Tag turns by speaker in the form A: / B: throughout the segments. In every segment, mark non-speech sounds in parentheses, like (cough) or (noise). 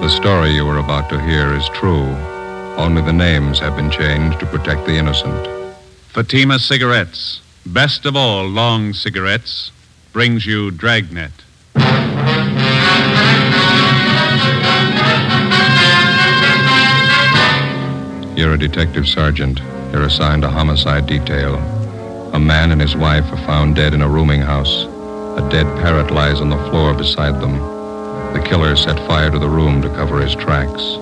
A: The story you are about to hear is true. Only the names have been changed to protect the innocent.
B: Fatima Cigarettes, best of all long cigarettes, brings you Dragnet.
A: You're a detective sergeant. You're assigned a homicide detail. A man and his wife are found dead in a rooming house. A dead parrot lies on the floor beside them. The killer set fire to the room to cover his tracks.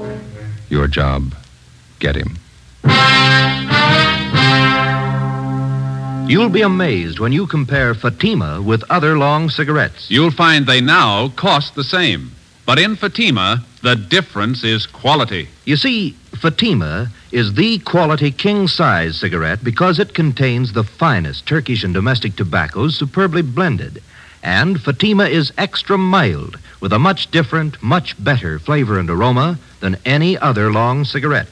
A: Your job get him.
C: You'll be amazed when you compare Fatima with other long cigarettes.
B: You'll find they now cost the same. But in Fatima, the difference is quality.
C: You see, Fatima is the quality king size cigarette because it contains the finest Turkish and domestic tobaccos superbly blended. And Fatima is extra mild with a much different, much better flavor and aroma than any other long cigarette.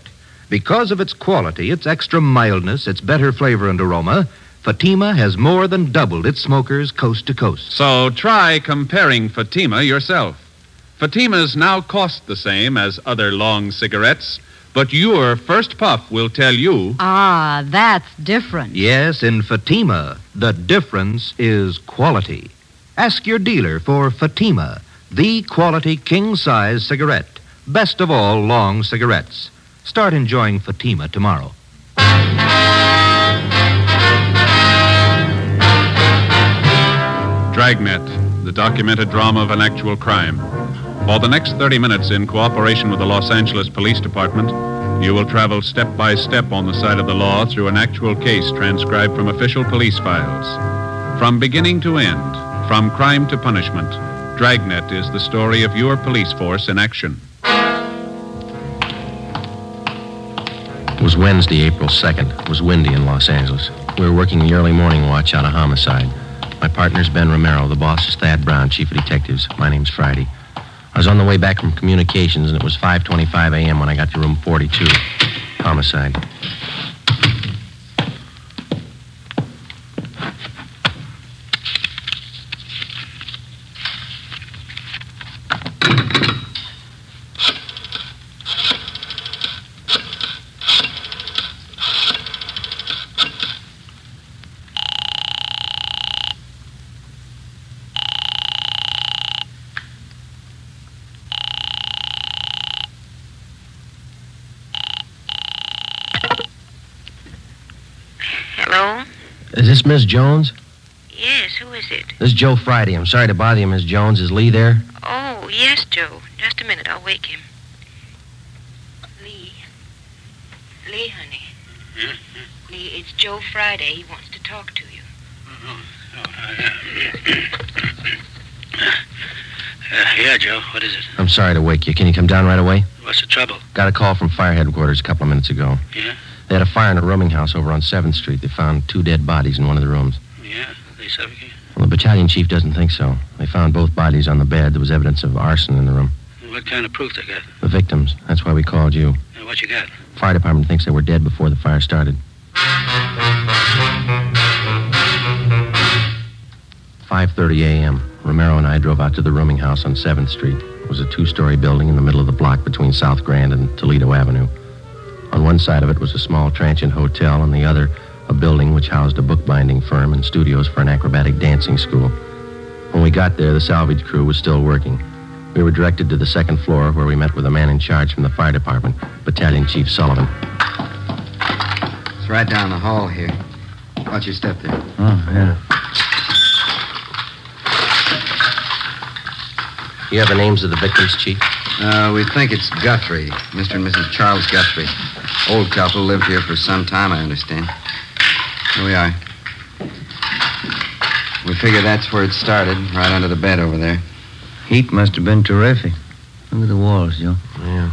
C: Because of its quality, its extra mildness, its better flavor and aroma, Fatima has more than doubled its smokers coast to coast.
B: So try comparing Fatima yourself. Fatimas now cost the same as other long cigarettes, but your first puff will tell you
D: Ah, that's different.
C: Yes, in Fatima, the difference is quality. Ask your dealer for Fatima, the quality king size cigarette. Best of all long cigarettes. Start enjoying Fatima tomorrow.
B: Dragnet, the documented drama of an actual crime. For the next 30 minutes, in cooperation with the Los Angeles Police Department, you will travel step by step on the side of the law through an actual case transcribed from official police files. From beginning to end, from crime to punishment, Dragnet is the story of your police force in action.
E: It was Wednesday, April 2nd. It was windy in Los Angeles. We were working the early morning watch out of homicide. My partner's Ben Romero. The boss is Thad Brown, chief of detectives. My name's Friday. I was on the way back from communications, and it was 5.25 a.m. when I got to room 42. Homicide.
F: Hello?
E: Is this Miss Jones?
F: Yes, who is it?
E: This is Joe Friday. I'm sorry to bother you, Miss Jones. Is
F: (clears throat)
E: Lee there?
F: Oh, yes, Joe. Just a minute. I'll wake him. Lee. Lee, honey. Lee, it's Joe Friday. He wants to talk to you.
G: Uh, yeah, Joe. What is it?
E: I'm sorry to wake you. Can you come down right away?
G: What's the trouble?
E: Got a call from fire headquarters a couple of minutes ago.
G: Yeah?
E: They had a fire in a rooming house over on 7th Street. They found two dead bodies in one of the rooms.
G: Yeah? They suffocated?
E: Well, the battalion chief doesn't think so. They found both bodies on the bed. There was evidence of arson in the room.
G: What kind of proof they got?
E: The victims. That's why we called you.
G: Uh, what you got?
E: Fire department thinks they were dead before the fire started. Five thirty a.m. Romero and I drove out to the rooming house on Seventh Street. It was a two-story building in the middle of the block between South Grand and Toledo Avenue. On one side of it was a small transient hotel, on the other, a building which housed a bookbinding firm and studios for an acrobatic dancing school. When we got there, the salvage crew was still working. We were directed to the second floor, where we met with a man in charge from the fire department, Battalion Chief Sullivan.
H: It's right down the hall here. Watch your step there.
E: Oh, yeah. You have the names of the victims, Chief?
H: Uh, we think it's Guthrie, Mr. and Mrs. Charles Guthrie. Old couple lived here for some time, I understand. Here we are. We figure that's where it started, right under the bed over there.
I: Heat must have been terrific. Look at the walls, Joe.
E: Yeah.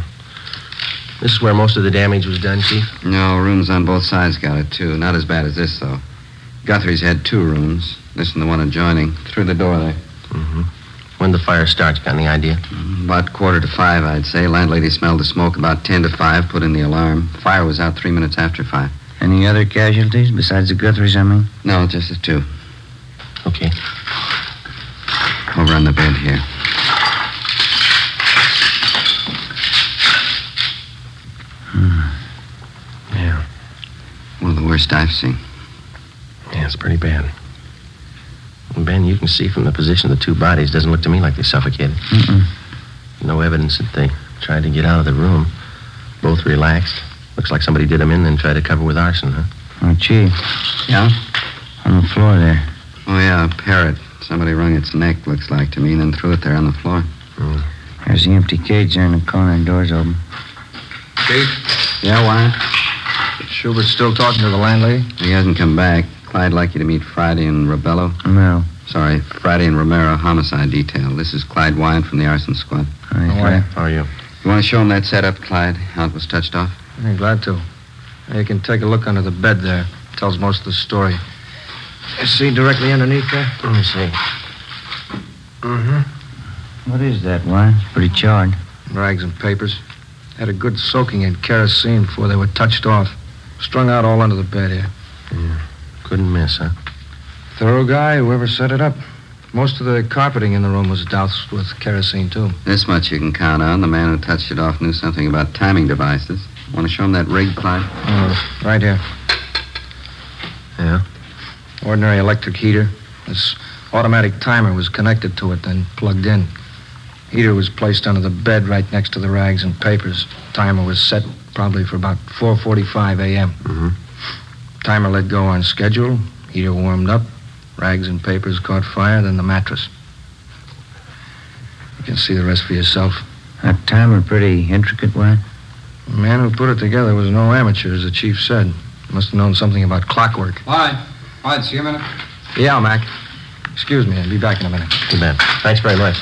E: This is where most of the damage was done, Chief.
H: No, rooms on both sides got it, too. Not as bad as this, though. Guthrie's had two rooms, this and the one adjoining, through the door there.
E: Mm-hmm. When the fire starts, got any idea?
H: Mm, About quarter to five, I'd say. Landlady smelled the smoke about ten to five, put in the alarm. Fire was out three minutes after five.
I: Any other casualties besides the Guthries, I mean?
H: No, just the two.
E: Okay.
H: Over on the bed here. worst I've seen.
E: Yeah, it's pretty bad. And Ben, you can see from the position of the two bodies, doesn't look to me like they suffocated.
I: Mm-mm.
E: No evidence that they tried to get out of the room. Both relaxed. Looks like somebody did them in, then tried to cover with arson, huh?
I: Oh, Chief,
H: Yeah?
I: on the floor there.
H: Oh, yeah, a parrot. Somebody wrung its neck, looks like to me, and then threw it there on the floor.
I: Mm. There's the empty cage there in the corner, and door's open.
H: Chief? Yeah, why?
J: Schubert's still talking to the landlady?
H: He hasn't come back. Clyde like you to meet Friday and Robello.
I: No.
H: Sorry, Friday and Romero, homicide detail. This is Clyde Wyant from the arson squad.
I: I
J: How are you?
E: How are you?
H: You want to show him that setup, Clyde? How it was touched off?
J: I'm glad to. Now You can take a look under the bed there. Tells most of the story. You see directly underneath there?
E: Let me see.
J: Mm-hmm.
I: What is that, Why? It's pretty charred.
J: Rags and papers. Had a good soaking in kerosene before they were touched off. Strung out all under the bed here.
E: Couldn't miss, huh?
J: Thorough guy, whoever set it up. Most of the carpeting in the room was doused with kerosene, too.
H: This much you can count on. The man who touched it off knew something about timing devices. Want to show him that rig, Clyde?
J: Oh, right here.
E: Yeah?
J: Ordinary electric heater. This automatic timer was connected to it, then plugged in. Heater was placed under the bed right next to the rags and papers. Timer was set probably for about 4:45 a.m.
E: Mhm.
I: Mm-hmm.
J: Timer let go on schedule. Heater warmed up. Rags and papers caught fire, then the mattress. You can see the rest for yourself.
I: That timer pretty intricate, Why?
J: The man who put it together was no amateur, as the chief said. Must have known something about clockwork.
H: Clyde. Clyde, see you a minute.
J: Yeah, Mac. Excuse me, I'll be back in a minute.
E: Good man. Thanks very much.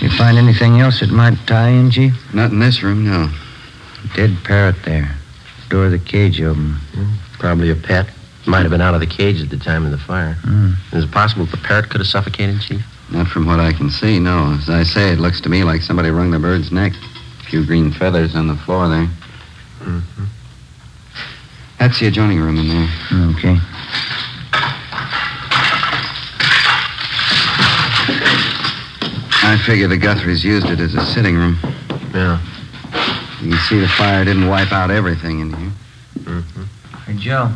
I: You find anything else that might tie in, Chief?
H: Not in this room, no.
I: Dead parrot there. Door of the cage open.
E: Probably a pet. Might have been out of the cage at the time of the fire.
I: Mm.
E: Is it possible the parrot could have suffocated, Chief?
H: Not from what I can see, no. As I say, it looks to me like somebody wrung the bird's neck. A few green feathers on the floor there.
E: Mm-hmm.
H: That's the adjoining room in there.
I: Okay.
H: I figure the Guthries used it as a sitting room.
E: Yeah.
H: You can see the fire didn't wipe out everything in here.
E: Mm-hmm.
I: Hey, Joe.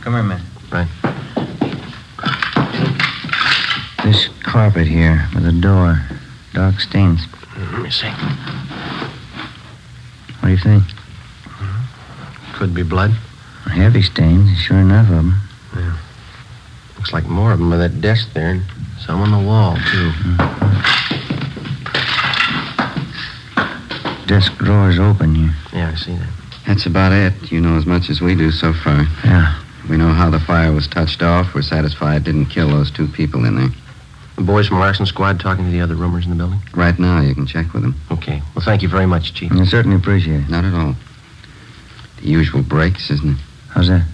I: Come here, man.
E: Right.
I: This carpet here with a door. Dark stains.
E: Mm-hmm. Let me see.
I: What do you think?
E: Mm-hmm. Could be blood.
I: Heavy stains, sure enough of them.
E: Looks like more of them on that desk there, and some on the wall, too.
I: Mm-hmm. Desk drawers open here.
E: Yeah, I see that.
H: That's about it. You know as much as we do so far.
I: Yeah.
H: We know how the fire was touched off. We're satisfied it didn't kill those two people in there.
E: The boys from Larson Squad talking to the other roomers in the building?
H: Right now, you can check with them.
E: Okay. Well, thank you very much, Chief.
I: I certainly appreciate it.
H: Not at all. The usual breaks, isn't it?
I: How's that?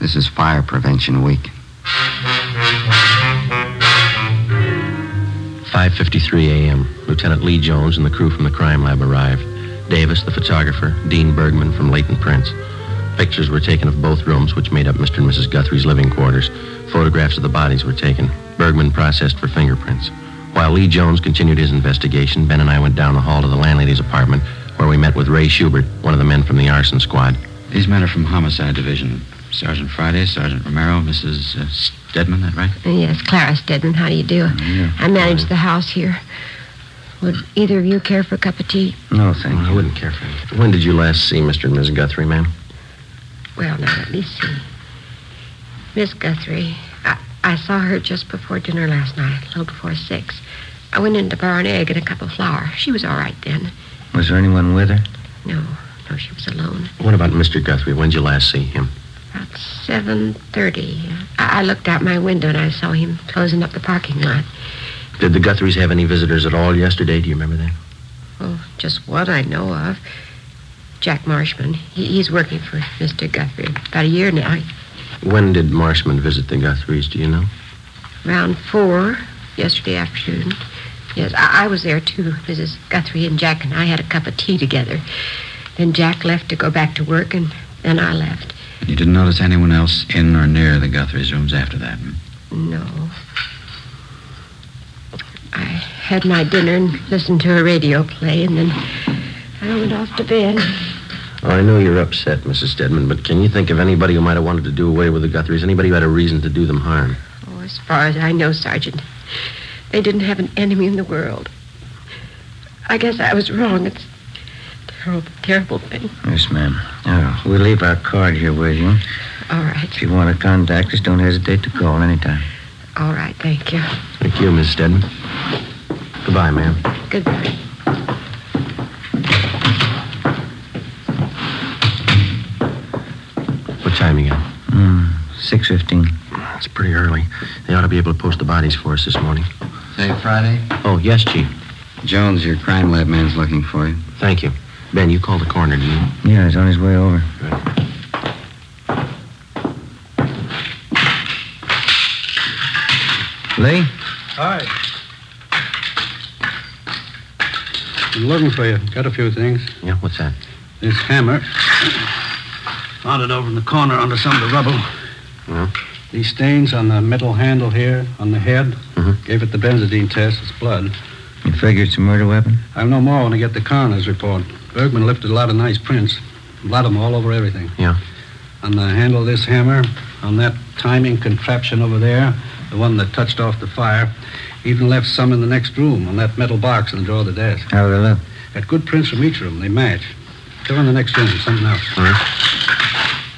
H: This is fire prevention week.
E: 5.53 a.m. Lieutenant Lee Jones and the crew from the crime lab arrived. Davis, the photographer, Dean Bergman from Leighton Prince. Pictures were taken of both rooms, which made up Mr. and Mrs. Guthrie's living quarters. Photographs of the bodies were taken. Bergman processed for fingerprints. While Lee Jones continued his investigation, Ben and I went down the hall to the landlady's apartment, where we met with Ray Schubert, one of the men from the arson squad.
K: These men are from Homicide Division. Sergeant Friday, Sergeant Romero, Mrs. Uh, Stedman, that right?
F: Yes, Clara Stedman, how do you do?
K: Yeah.
F: I manage the house here. Would either of you care for a cup of tea?
I: No, thank
E: I
I: you.
E: wouldn't care for it. When did you last see Mr. and Mrs. Guthrie, ma'am?
F: Well, now, let me see. Miss Guthrie, I, I saw her just before dinner last night, a little before six. I went in to borrow an egg and a cup of flour. She was all right then.
I: Was there anyone with her?
F: No, no, she was alone.
E: What about Mr. Guthrie? When did you last see him?
F: About 7.30. I, I looked out my window and I saw him closing up the parking lot.
E: Did the Guthries have any visitors at all yesterday? Do you remember that?
F: Well, just one I know of. Jack Marshman. He, he's working for Mr. Guthrie about a year now.
E: When did Marshman visit the Guthries, do you know?
F: Round four yesterday afternoon. Yes, I, I was there too. Mrs. Guthrie and Jack and I had a cup of tea together. Then Jack left to go back to work, and then I left.
K: And you didn't notice anyone else in or near the Guthrie's rooms after that? hmm?
F: No. I had my dinner and listened to a radio play, and then I went off to bed.
E: Oh, I know you're upset, Mrs. Stedman, but can you think of anybody who might have wanted to do away with the Guthries? Anybody who had a reason to do them harm?
F: Oh, as far as I know, Sergeant, they didn't have an enemy in the world. I guess I was wrong. It's a terrible, terrible thing.
I: Yes, ma'am. Now, we'll leave our card here with you.
F: All right.
I: If you want to contact us, don't hesitate to call anytime.
F: All right, thank you.
E: Thank you, Miss Stedman. Goodbye, ma'am.
F: Goodbye.
E: What time you got?
I: Mm, 6.15.
E: It's pretty early. They ought to be able to post the bodies for us this morning.
H: Say Friday?
E: Oh, yes, Chief.
H: Jones, your crime lab man's looking for you.
E: Thank you. Ben, you call the coroner, do you?
I: Yeah, he's on his way over. Lee?
L: Hi. I'm looking for you. Got a few things.
E: Yeah, what's that?
L: This hammer. Found it over in the corner under some of the rubble.
E: Yeah.
L: These stains on the metal handle here, on the head. Gave it the benzidine test. It's blood.
I: You figure it's a murder weapon?
L: I'll know more when I get the coroner's report. Bergman lifted a lot of nice prints. A lot of them all over everything.
E: Yeah.
L: On the handle of this hammer, on that timing contraption over there, the one that touched off the fire. Even left some in the next room, on that metal box in the drawer of the desk.
I: How do they look?
L: Got good prints from each of them. They match. Go in the next room, something else.
E: All right.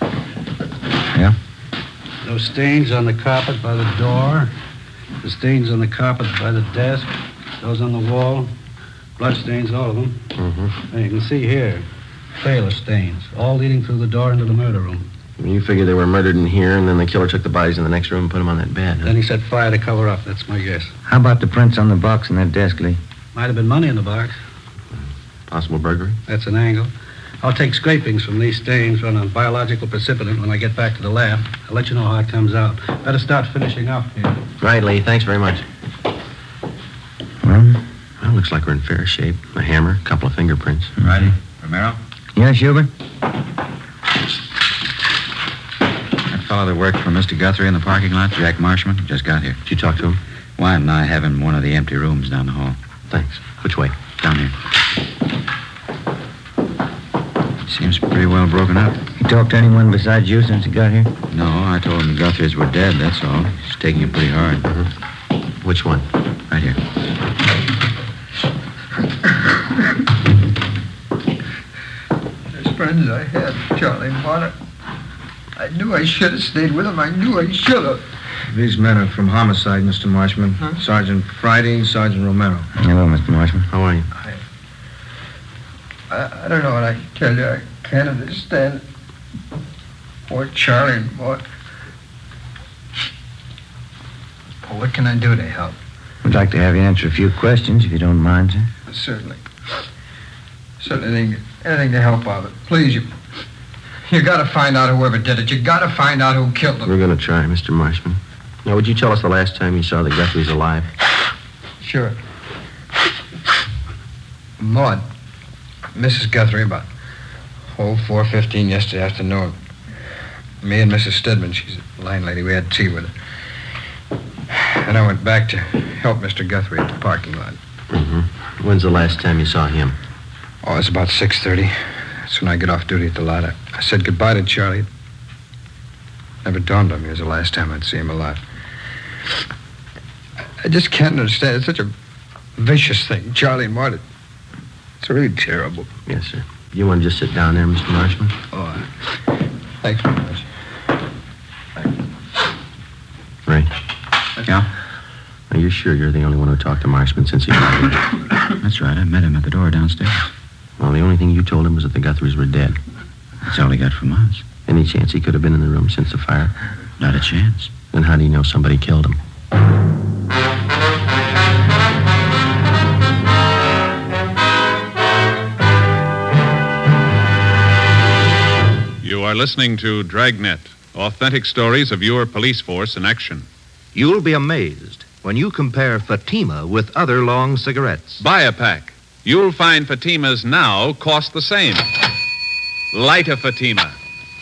I: Yeah?
L: Those stains on the carpet by the door, the stains on the carpet by the desk, those on the wall, blood stains, all of them.
E: Mm-hmm.
L: And you can see here, trailer stains, all leading through the door into the murder room.
E: You figure they were murdered in here, and then the killer took the bodies in the next room and put them on that bed. huh?
L: Then he set fire to cover up, that's my guess.
I: How about the prints on the box and that desk, Lee?
L: Might have been money in the box.
E: Possible burglary?
L: That's an angle. I'll take scrapings from these stains on a biological precipitant when I get back to the lab. I'll let you know how it comes out. Better start finishing up here.
E: Right, Lee. Thanks very much.
I: Well,
E: Well, looks like we're in fair shape. A hammer, a couple of fingerprints.
K: Friday, Romero?
I: yeah, Schubert?
K: That fellow that worked for Mr. Guthrie in the parking lot, Jack Marshman, just got here.
E: Did you talk to him?
K: Wyatt and I have him in one of the empty rooms down the hall.
E: Thanks. Which way?
K: Down here. Seems pretty well broken up.
I: You talked to anyone besides you since you got here?
K: No, I told him the Guthries were dead, that's all. He's taking it pretty hard.
E: Mm-hmm. Which one?
K: Right here.
J: As friends I had, Charlie Marner. I knew I should have stayed with him. I knew I should have.
M: These men are from homicide, Mr. Marshman. Sergeant Friday and Sergeant Romero.
I: Hello, Mr. Marshman.
E: How are you?
J: I, I don't know what I can tell you. I can't understand. Poor Charlie, boy. Well, what can I do to help?
I: We'd like to have you answer a few questions, if you don't mind, sir.
J: Certainly. Certainly, anything, anything to help out. Please, you. You gotta find out whoever did it. You gotta find out who killed him.
E: We're going to try, Mr. Marshman. Now, would you tell us the last time you saw the Guthries alive?
J: Sure. Maud, Mrs. Guthrie, about oh four fifteen yesterday afternoon. Me and Mrs. Stedman, she's a landlady. We had tea with her, and I went back to help Mr. Guthrie at the parking lot.
E: Mm-hmm. When's the last time you saw him?
J: Oh, it's about six thirty. That's when I get off duty at the lot. I, I said goodbye to Charlie. It never dawned on me it was the last time I'd see him alive. I, I just can't understand. It's such a vicious thing, Charlie and Martin. It's really terrible.
E: Yes, sir. You want to just sit down there, Mr. Marshman?
J: Oh, thanks very much.
E: Right.
K: Yeah?
E: Are you sure you're the only one who talked to Marshman since he got here?
K: (coughs) That's right. I met him at the door downstairs.
E: Well, the only thing you told him was that the Guthries were dead.
K: That's all he got from us.
E: Any chance he could have been in the room since the fire?
K: Not a chance.
E: Then how do you know somebody killed him?
B: You are listening to Dragnet, authentic stories of your police force in action.
C: You'll be amazed when you compare Fatima with other long cigarettes.
B: Buy a pack. You'll find Fatima's now cost the same. Light a Fatima.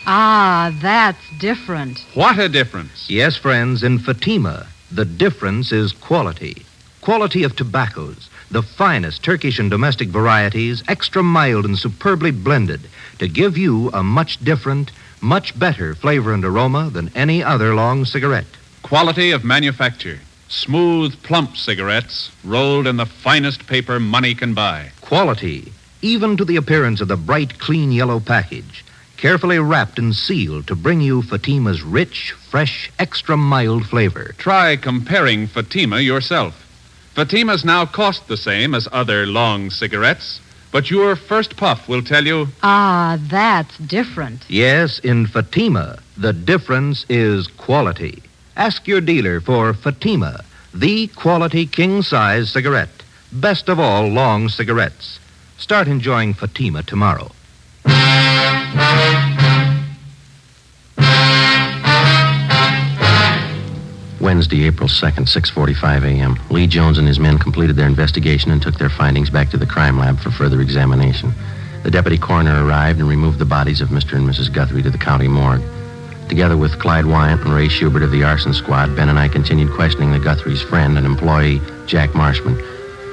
D: Ah, that's different.
B: What a difference.
C: Yes, friends, in Fatima, the difference is quality. Quality of tobaccos, the finest Turkish and domestic varieties, extra mild and superbly blended, to give you a much different, much better flavor and aroma than any other long cigarette.
B: Quality of manufacture. Smooth, plump cigarettes rolled in the finest paper money can buy.
C: Quality, even to the appearance of the bright, clean yellow package, carefully wrapped and sealed to bring you Fatima's rich, fresh, extra mild flavor.
B: Try comparing Fatima yourself. Fatima's now cost the same as other long cigarettes, but your first puff will tell you
D: Ah, that's different.
C: Yes, in Fatima, the difference is quality. Ask your dealer for Fatima, the quality king size cigarette. Best of all long cigarettes. Start enjoying Fatima tomorrow.
E: Wednesday, April 2nd, 6:45 a.m. Lee Jones and his men completed their investigation and took their findings back to the crime lab for further examination. The deputy coroner arrived and removed the bodies of Mr. and Mrs. Guthrie to the county morgue. Together with Clyde Wyant and Ray Schubert of the arson squad, Ben and I continued questioning the Guthrie's friend and employee, Jack Marshman.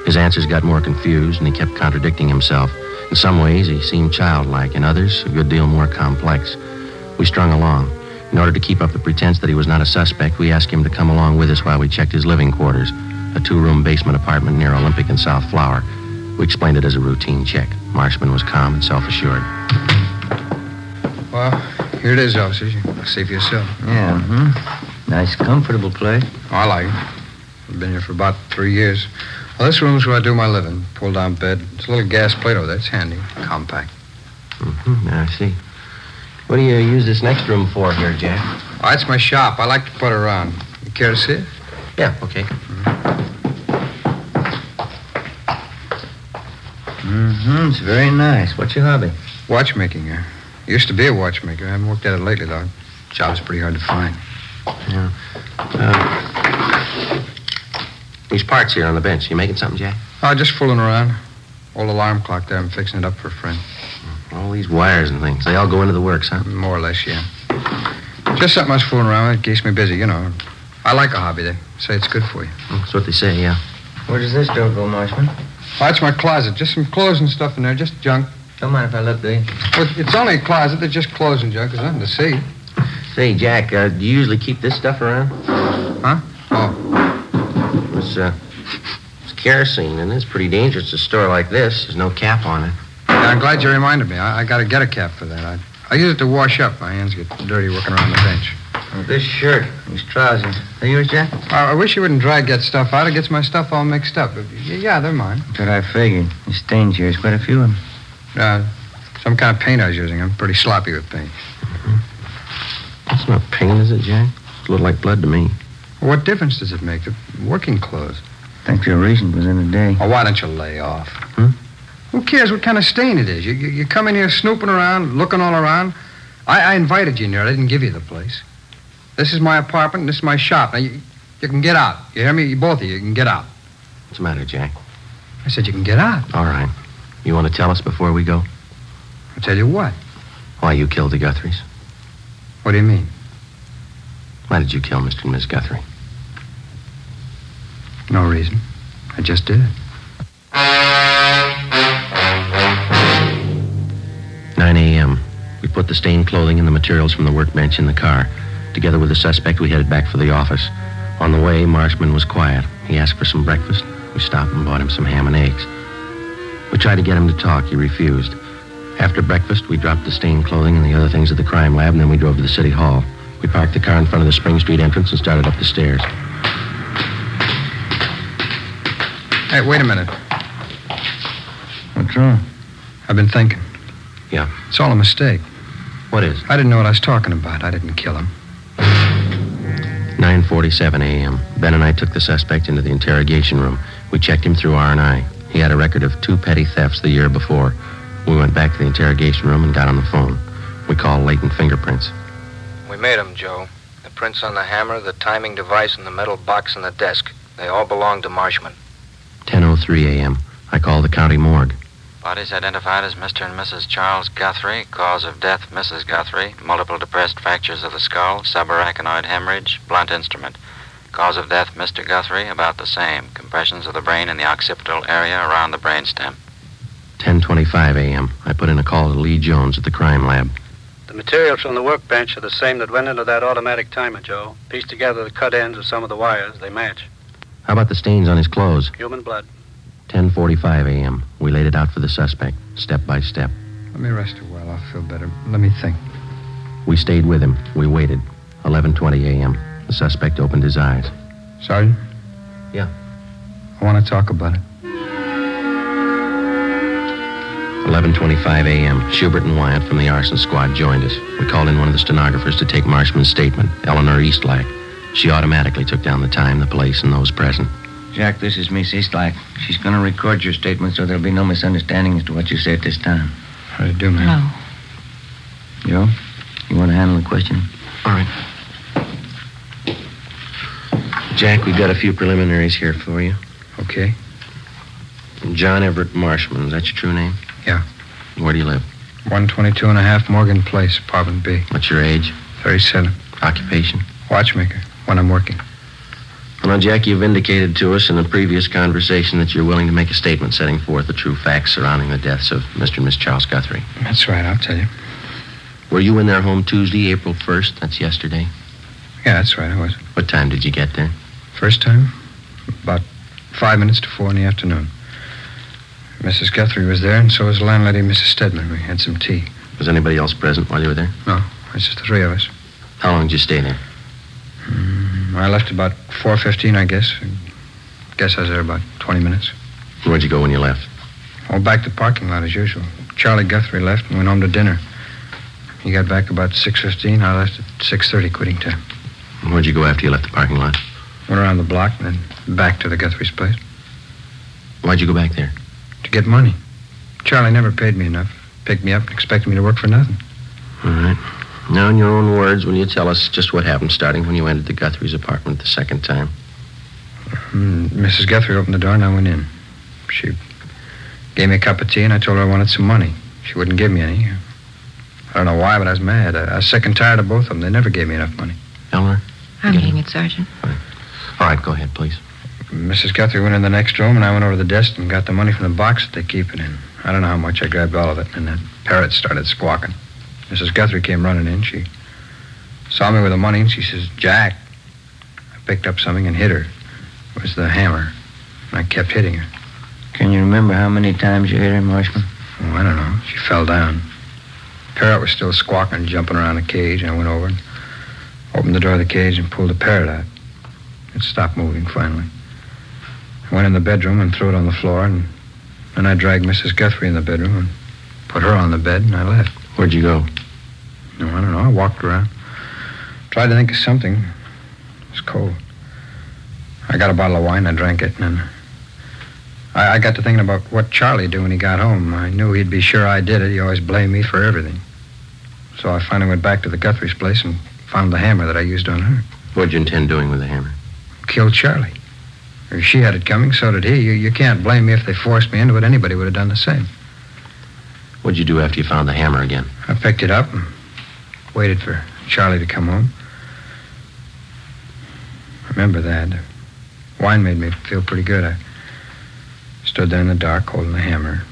E: His answers got more confused and he kept contradicting himself. In some ways, he seemed childlike, in others, a good deal more complex. We strung along. In order to keep up the pretense that he was not a suspect, we asked him to come along with us while we checked his living quarters, a two room basement apartment near Olympic and South Flower. We explained it as a routine check. Marshman was calm and self assured.
J: Well, here it is, officer. You can see for yourself. Oh,
I: Yeah, hmm. Nice, comfortable place.
J: I like it. I've been here for about three years. Well, this room's where I do my living. Pull down bed. It's a little gas plate over there. It's handy, compact.
E: Mm-hmm, I see. What do you use this next room for here, Jack?
J: Oh, that's my shop. I like to put around. You care to see it?
E: Yeah, okay.
I: Mm-hmm. It's very nice. What's your hobby?
J: Watchmaking here. Used to be a watchmaker. I haven't worked at it lately, though. Job's pretty hard to find.
E: Yeah. Uh, these parts here on the bench. You making something, Jack?
J: Oh, just fooling around. Old alarm clock there. I'm fixing it up for a friend.
E: All these wires and things. They all go into the works, huh?
J: More or less, yeah. Just something I was fooling around with. It keeps me busy, you know. I like a hobby. They say it's good for you.
E: That's what they say, yeah.
I: Where does this door go, Marshman?
J: Oh, that's my closet. Just some clothes and stuff in there. Just junk.
I: Don't mind if I look, do you?
J: Well, it's only a closet. There's just clothes and junk. There's nothing to see.
I: Say, Jack, uh, do you usually keep this stuff around?
J: Huh? Oh,
E: It was, uh, it's kerosene, and it's pretty dangerous to store like this. There's no cap on it.
J: yeah, I'm glad you reminded me. I, I got to get a cap for that. I, I use it to wash up. My hands get dirty working around the bench.
I: Oh, This shirt, these trousers. Are yours, Jack?
J: I, I wish you wouldn't drag that stuff out. It gets my stuff all mixed up. Y- Yeah, they're mine.
I: That's what I figured. The stains here is quite a few of them.
J: Uh, some kind of paint I was using. I'm pretty sloppy with paint.
E: It's not paint, is it, Jack? It looked like blood to me.
J: What difference does it make? The working clothes.
I: Think your reason was in the day.
J: Oh, why don't you lay off?
I: Hmm?
J: Who cares what kind of stain it is? You, you, you come in here snooping around, looking all around. I, I invited you in here. I didn't give you the place. This is my apartment. and This is my shop. Now, you, you can get out. You hear me? You, both of you, you can get out.
E: What's the matter, Jack?
J: I said you can get out.
E: All right. You want to tell us before we go
J: I tell you what.
E: why you killed the Guthries?
J: What do you mean?
E: Why did you kill Mr. and Miss Guthrie?
J: No reason. I just did it.
E: 9 a.m. We put the stained clothing and the materials from the workbench in the car. Together with the suspect, we headed back for the office. On the way, Marshman was quiet. He asked for some breakfast. We stopped and bought him some ham and eggs. We tried to get him to talk. He refused. After breakfast, we dropped the stained clothing and the other things at the crime lab, and then we drove to the city hall. We parked the car in front of the Spring Street entrance and started up the stairs.
J: Hey, wait a minute.
I: What's wrong?
J: I've been thinking.
E: Yeah.
J: It's all a mistake.
E: What is?
J: I didn't know what I was talking about. I didn't kill him.
E: 9:47 a.m. Ben and I took the suspect into the interrogation room. We checked him through R&I. He had a record of two petty thefts the year before. We went back to the interrogation room and got on the phone. We called Leighton Fingerprints.
M: We made 'em, Joe. The prints on the hammer, the timing device, and the metal box and the desk. They all belong to Marshman.
E: 10:03 a.m. I called the county morgue.
K: Bodies identified as Mr. and Mrs. Charles Guthrie. Cause of death, Mrs. Guthrie. Multiple depressed fractures of the skull, subarachnoid hemorrhage, blunt instrument. Cause of death, Mr. Guthrie, about the same. Compressions of the brain in the occipital area around the brainstem.
E: 10:25 a.m. I put in a call to Lee Jones at the crime lab.
L: The materials from the workbench are the same that went into that automatic timer, Joe. Piece together the cut ends of some of the wires. They match.
E: How about the stains on his clothes?
L: Human blood.
E: 10:45 a.m. We laid it out for the suspect, step by step.
J: Let me rest a while. I'll feel better. Let me think.
E: We stayed with him. We waited. 11:20 a.m. The suspect opened his eyes.
J: Sergeant?
E: Yeah.
J: I want to talk about it.
E: 11:25 a.m. Schubert and Wyatt from the arson squad joined us. We called in one of the stenographers to take Marshman's statement, Eleanor Eastlack. She automatically took down the time, the place, and those present.
I: Jack, this is Miss Eastlack. She's going to record your statement so there'll be no misunderstanding as to what you say at this time.
J: How do you do, ma'am?
D: No.
I: Yo, you want to handle the question?
E: All right. Jack, we've got a few preliminaries here for you.
J: Okay.
E: John Everett Marshman, is that your true name?
J: Yeah.
E: Where do you live?
J: 122 and a half Morgan Place, apartment B.
E: What's your age?
J: 37.
E: Occupation?
J: Watchmaker, when I'm working.
E: Well, now, Jack, you've indicated to us in a previous conversation that you're willing to make a statement setting forth the true facts surrounding the deaths of Mr. and Miss Charles Guthrie.
J: That's right, I'll tell you.
E: Were you in their home Tuesday, April 1st? That's yesterday.
J: Yeah, that's right, I was.
E: What time did you get there?
J: First time? About five minutes to four in the afternoon. Mrs. Guthrie was there, and so was the landlady, Mrs. Stedman. We had some tea.
E: Was anybody else present while you were there?
J: No, it's just the three of us.
E: How long did you stay there?
J: I left about 4.15, I guess. Guess I was there about 20 minutes.
E: Where'd you go when you left?
J: Oh, back to the parking lot as usual. Charlie Guthrie left and went home to dinner. He got back about 6.15. I left at 6.30, quitting time.
E: Where'd you go after you left the parking lot?
J: Went around the block and then back to the Guthrie's place
E: Why'd you go back there?
J: to get money. Charlie never paid me enough. Picked me up and expected me to work for nothing.
E: All right. Now, in your own words, will you tell us just what happened starting when you entered the Guthrie's apartment the second time?
J: Mm, Mrs. Guthrie opened the door and I went in. She gave me a cup of tea and I told her I wanted some money. She wouldn't give me any. I don't know why, but I was mad. I, I was sick and tired of both of them. They never gave me enough money.
E: Eleanor?
F: I'm getting it, Sergeant.
E: All right, go ahead, please.
J: Mrs. Guthrie went in the next room, and I went over to the desk and got the money from the box that they keep it in. I don't know how much. I grabbed all of it, and that parrot started squawking. Mrs. Guthrie came running in. She saw me with the money, and she says, Jack. I picked up something and hit her. It was the hammer, and I kept hitting her.
I: Can you remember how many times you hit her, Marshman?
J: Oh, I don't know. She fell down. Parrot was still squawking, jumping around the cage, and I went over and opened the door of the cage and pulled the parrot out. It stopped moving finally. I went in the bedroom and threw it on the floor, and then I dragged Mrs. Guthrie in the bedroom and put her on the bed, and I left.
E: Where'd you go?
J: No, I don't know. I walked around, tried to think of something. It was cold. I got a bottle of wine, I drank it, and then I, I got to thinking about what Charlie'd do when he got home. I knew he'd be sure I did it. He always blamed me for everything. So I finally went back to the Guthrie's place and found the hammer that I used on her.
E: What'd you intend doing with the hammer?
J: Killed Charlie. If she had it coming, so did he. You, you can't blame me if they forced me into it. Anybody would have done the same.
E: What'd you do after you found the hammer again?
J: I picked it up and waited for Charlie to come home. Remember that. Wine made me feel pretty good. I stood there in the dark holding the hammer,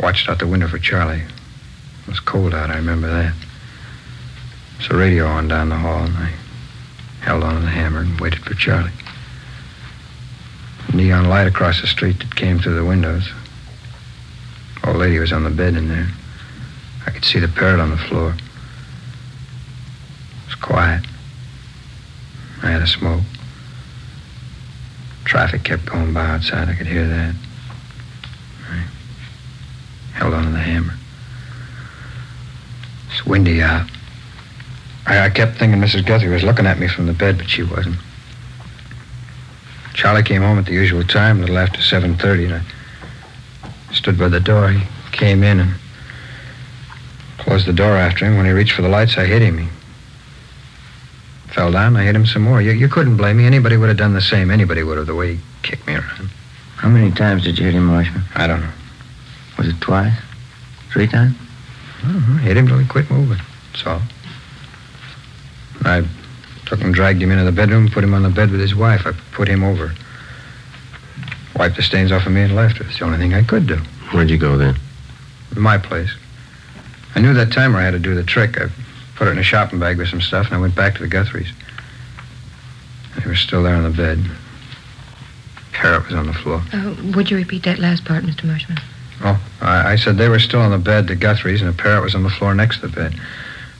J: watched out the window for Charlie. It was cold out, I remember that. There's a radio on down the hall, and I held on to the hammer and waited for Charlie. Neon light across the street that came through the windows. Old lady was on the bed in there. I could see the parrot on the floor. It was quiet. I had a smoke. Traffic kept going by outside. I could hear that. I held on to the hammer. It's windy out. I, I kept thinking Mrs. Guthrie was looking at me from the bed, but she wasn't. Charlie came home at the usual time, a little after 7.30, and I stood by the door. He came in and Closed the door after him. When he reached for the lights, I hit him. He fell down. I hit him some more. You, you couldn't blame me. Anybody would have done the same. Anybody would have, the way he kicked me around.
I: How many times did you hit him, Marshman?
J: I don't know.
I: Was it twice? Three times?
J: Mm-hmm. I don't know. I hit him till he quit moving. That's all. I Took and dragged him into the bedroom, put him on the bed with his wife. I put him over. Wiped the stains off of me and left. It's the only thing I could do.
E: Where'd you go then?
J: My place. I knew that timer had to do the trick. I put it in a shopping bag with some stuff, and I went back to the Guthries. They were still there on the bed. Parrot was on the floor.
F: Uh, would you repeat that last part, Mr. Marshman?
J: Oh, I, I said they were still on the bed, the Guthries, and the parrot was on the floor next to the bed.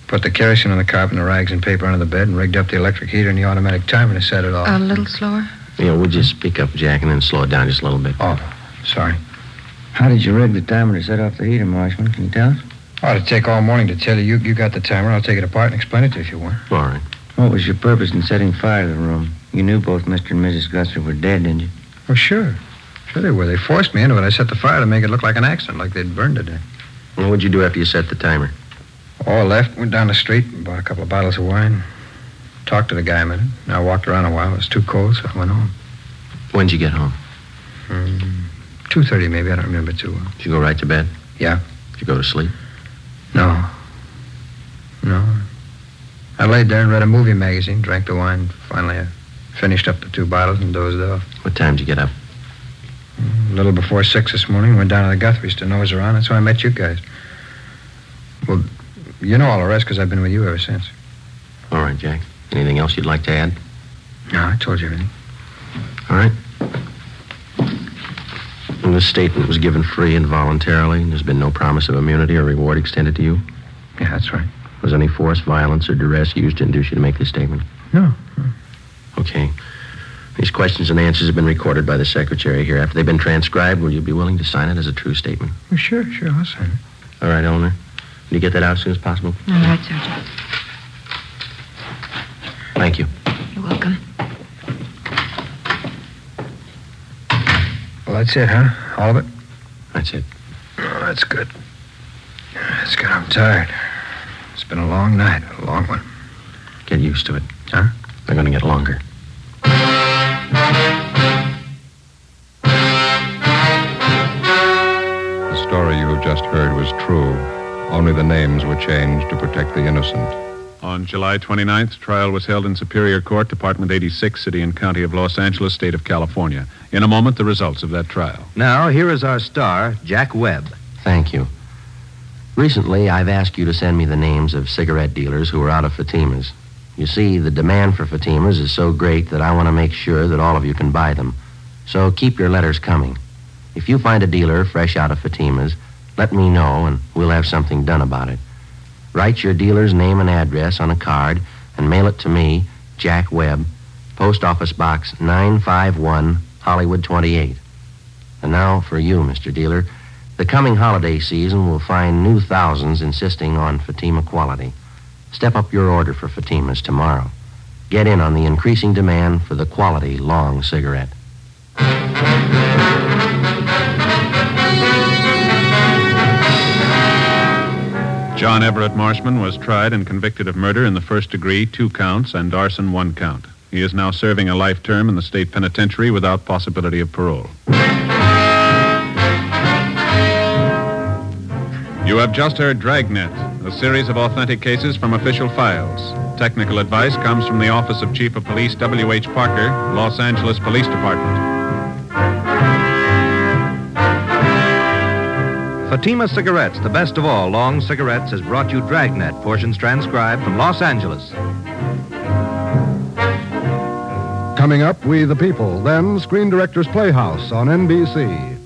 J: Put the kerosene on the carpet and the rags and paper under the bed and rigged up the electric heater and the automatic timer to set it off.
F: A little slower?
E: Yeah, would you speak up, Jack, and then slow it down just a little bit?
J: Oh, sorry.
I: How did you rig the timer to set off the heater, Marshman? Can you tell us?
J: Oh, it'd take all morning to tell you. You, you got the timer. I'll take it apart and explain it to you if you want.
E: All right.
I: What was your purpose in setting fire to the room? You knew both Mr. and Mrs. Guthrie were dead, didn't you?
J: Oh, sure. Sure they were. They forced me into it. I set the fire to make it look like an accident, like they'd burned to death.
E: Well, what'd you do after you set the timer?
J: Oh, I left, went down the street, bought a couple of bottles of wine, talked to the guy a minute. And I walked around a while. It was too cold, so I went home. Hmm,
E: When'd you get home?
J: Two thirty, maybe. I don't remember too well.
E: Did you go right to bed?
J: Yeah.
E: Did you go to sleep?
J: No. No. I laid there and read a movie magazine, drank the wine. Finally, I finished up the two bottles and dozed off.
E: What time did you get up?
J: A little before six this morning, went down to the Guthries to nose around. That's where I met you guys. Well, you know all the rest because I've been with you ever since.
E: All right, Jack. Anything else you'd like to add?
J: No, I told you everything.
E: All right. And this statement was given free and voluntarily, and there's been no promise of immunity or reward extended to you?
J: Yeah, that's right.
E: Was any force, violence, or duress used to induce you to make this statement?
J: No.
E: Okay. These questions and answers have been recorded by the secretary here. After they've been transcribed, will you be willing to sign it as a true statement?
J: Well, sure, sure, I'll sign it.
E: All right, Eleanor. Can you get that out as soon as possible?
F: All right, Sergeant.
E: Thank you.
F: You're welcome.
J: Well, that's it, huh? All of it?
E: That's it.
J: Oh, that's good. That's good. I'm tired. It's been a long night, a long one.
E: Get used to it.
J: Huh?
E: They're going to get longer.
A: The story you have just heard was true. Only the names were changed to protect the innocent.
B: On July 29th, trial was held in Superior Court, Department 86, City and County of Los Angeles, State of California. In a moment, the results of that trial.
C: Now, here is our star, Jack Webb.
E: Thank you. Recently, I've asked you to send me the names of cigarette dealers who are out of Fatimas. You see, the demand for Fatimas is so great that I want to make sure that all of you can buy them. So keep your letters coming. If you find a dealer fresh out of Fatimas, let me know and we'll have something done about it. Write your dealer's name and address on a card and mail it to me, Jack Webb, Post Office Box 951, Hollywood 28. And now for you, Mr. Dealer. The coming holiday season will find new thousands insisting on Fatima quality. Step up your order for Fatimas tomorrow. Get in on the increasing demand for the quality long cigarette.
B: John Everett Marshman was tried and convicted of murder in the first degree, two counts, and arson, one count. He is now serving a life term in the state penitentiary without possibility of parole. You have just heard Dragnet, a series of authentic cases from official files. Technical advice comes from the Office of Chief of Police W.H. Parker, Los Angeles Police Department.
C: Fatima Cigarettes, the best of all long cigarettes, has brought you Dragnet, portions transcribed from Los Angeles.
N: Coming up, We the People, then Screen Directors Playhouse on NBC.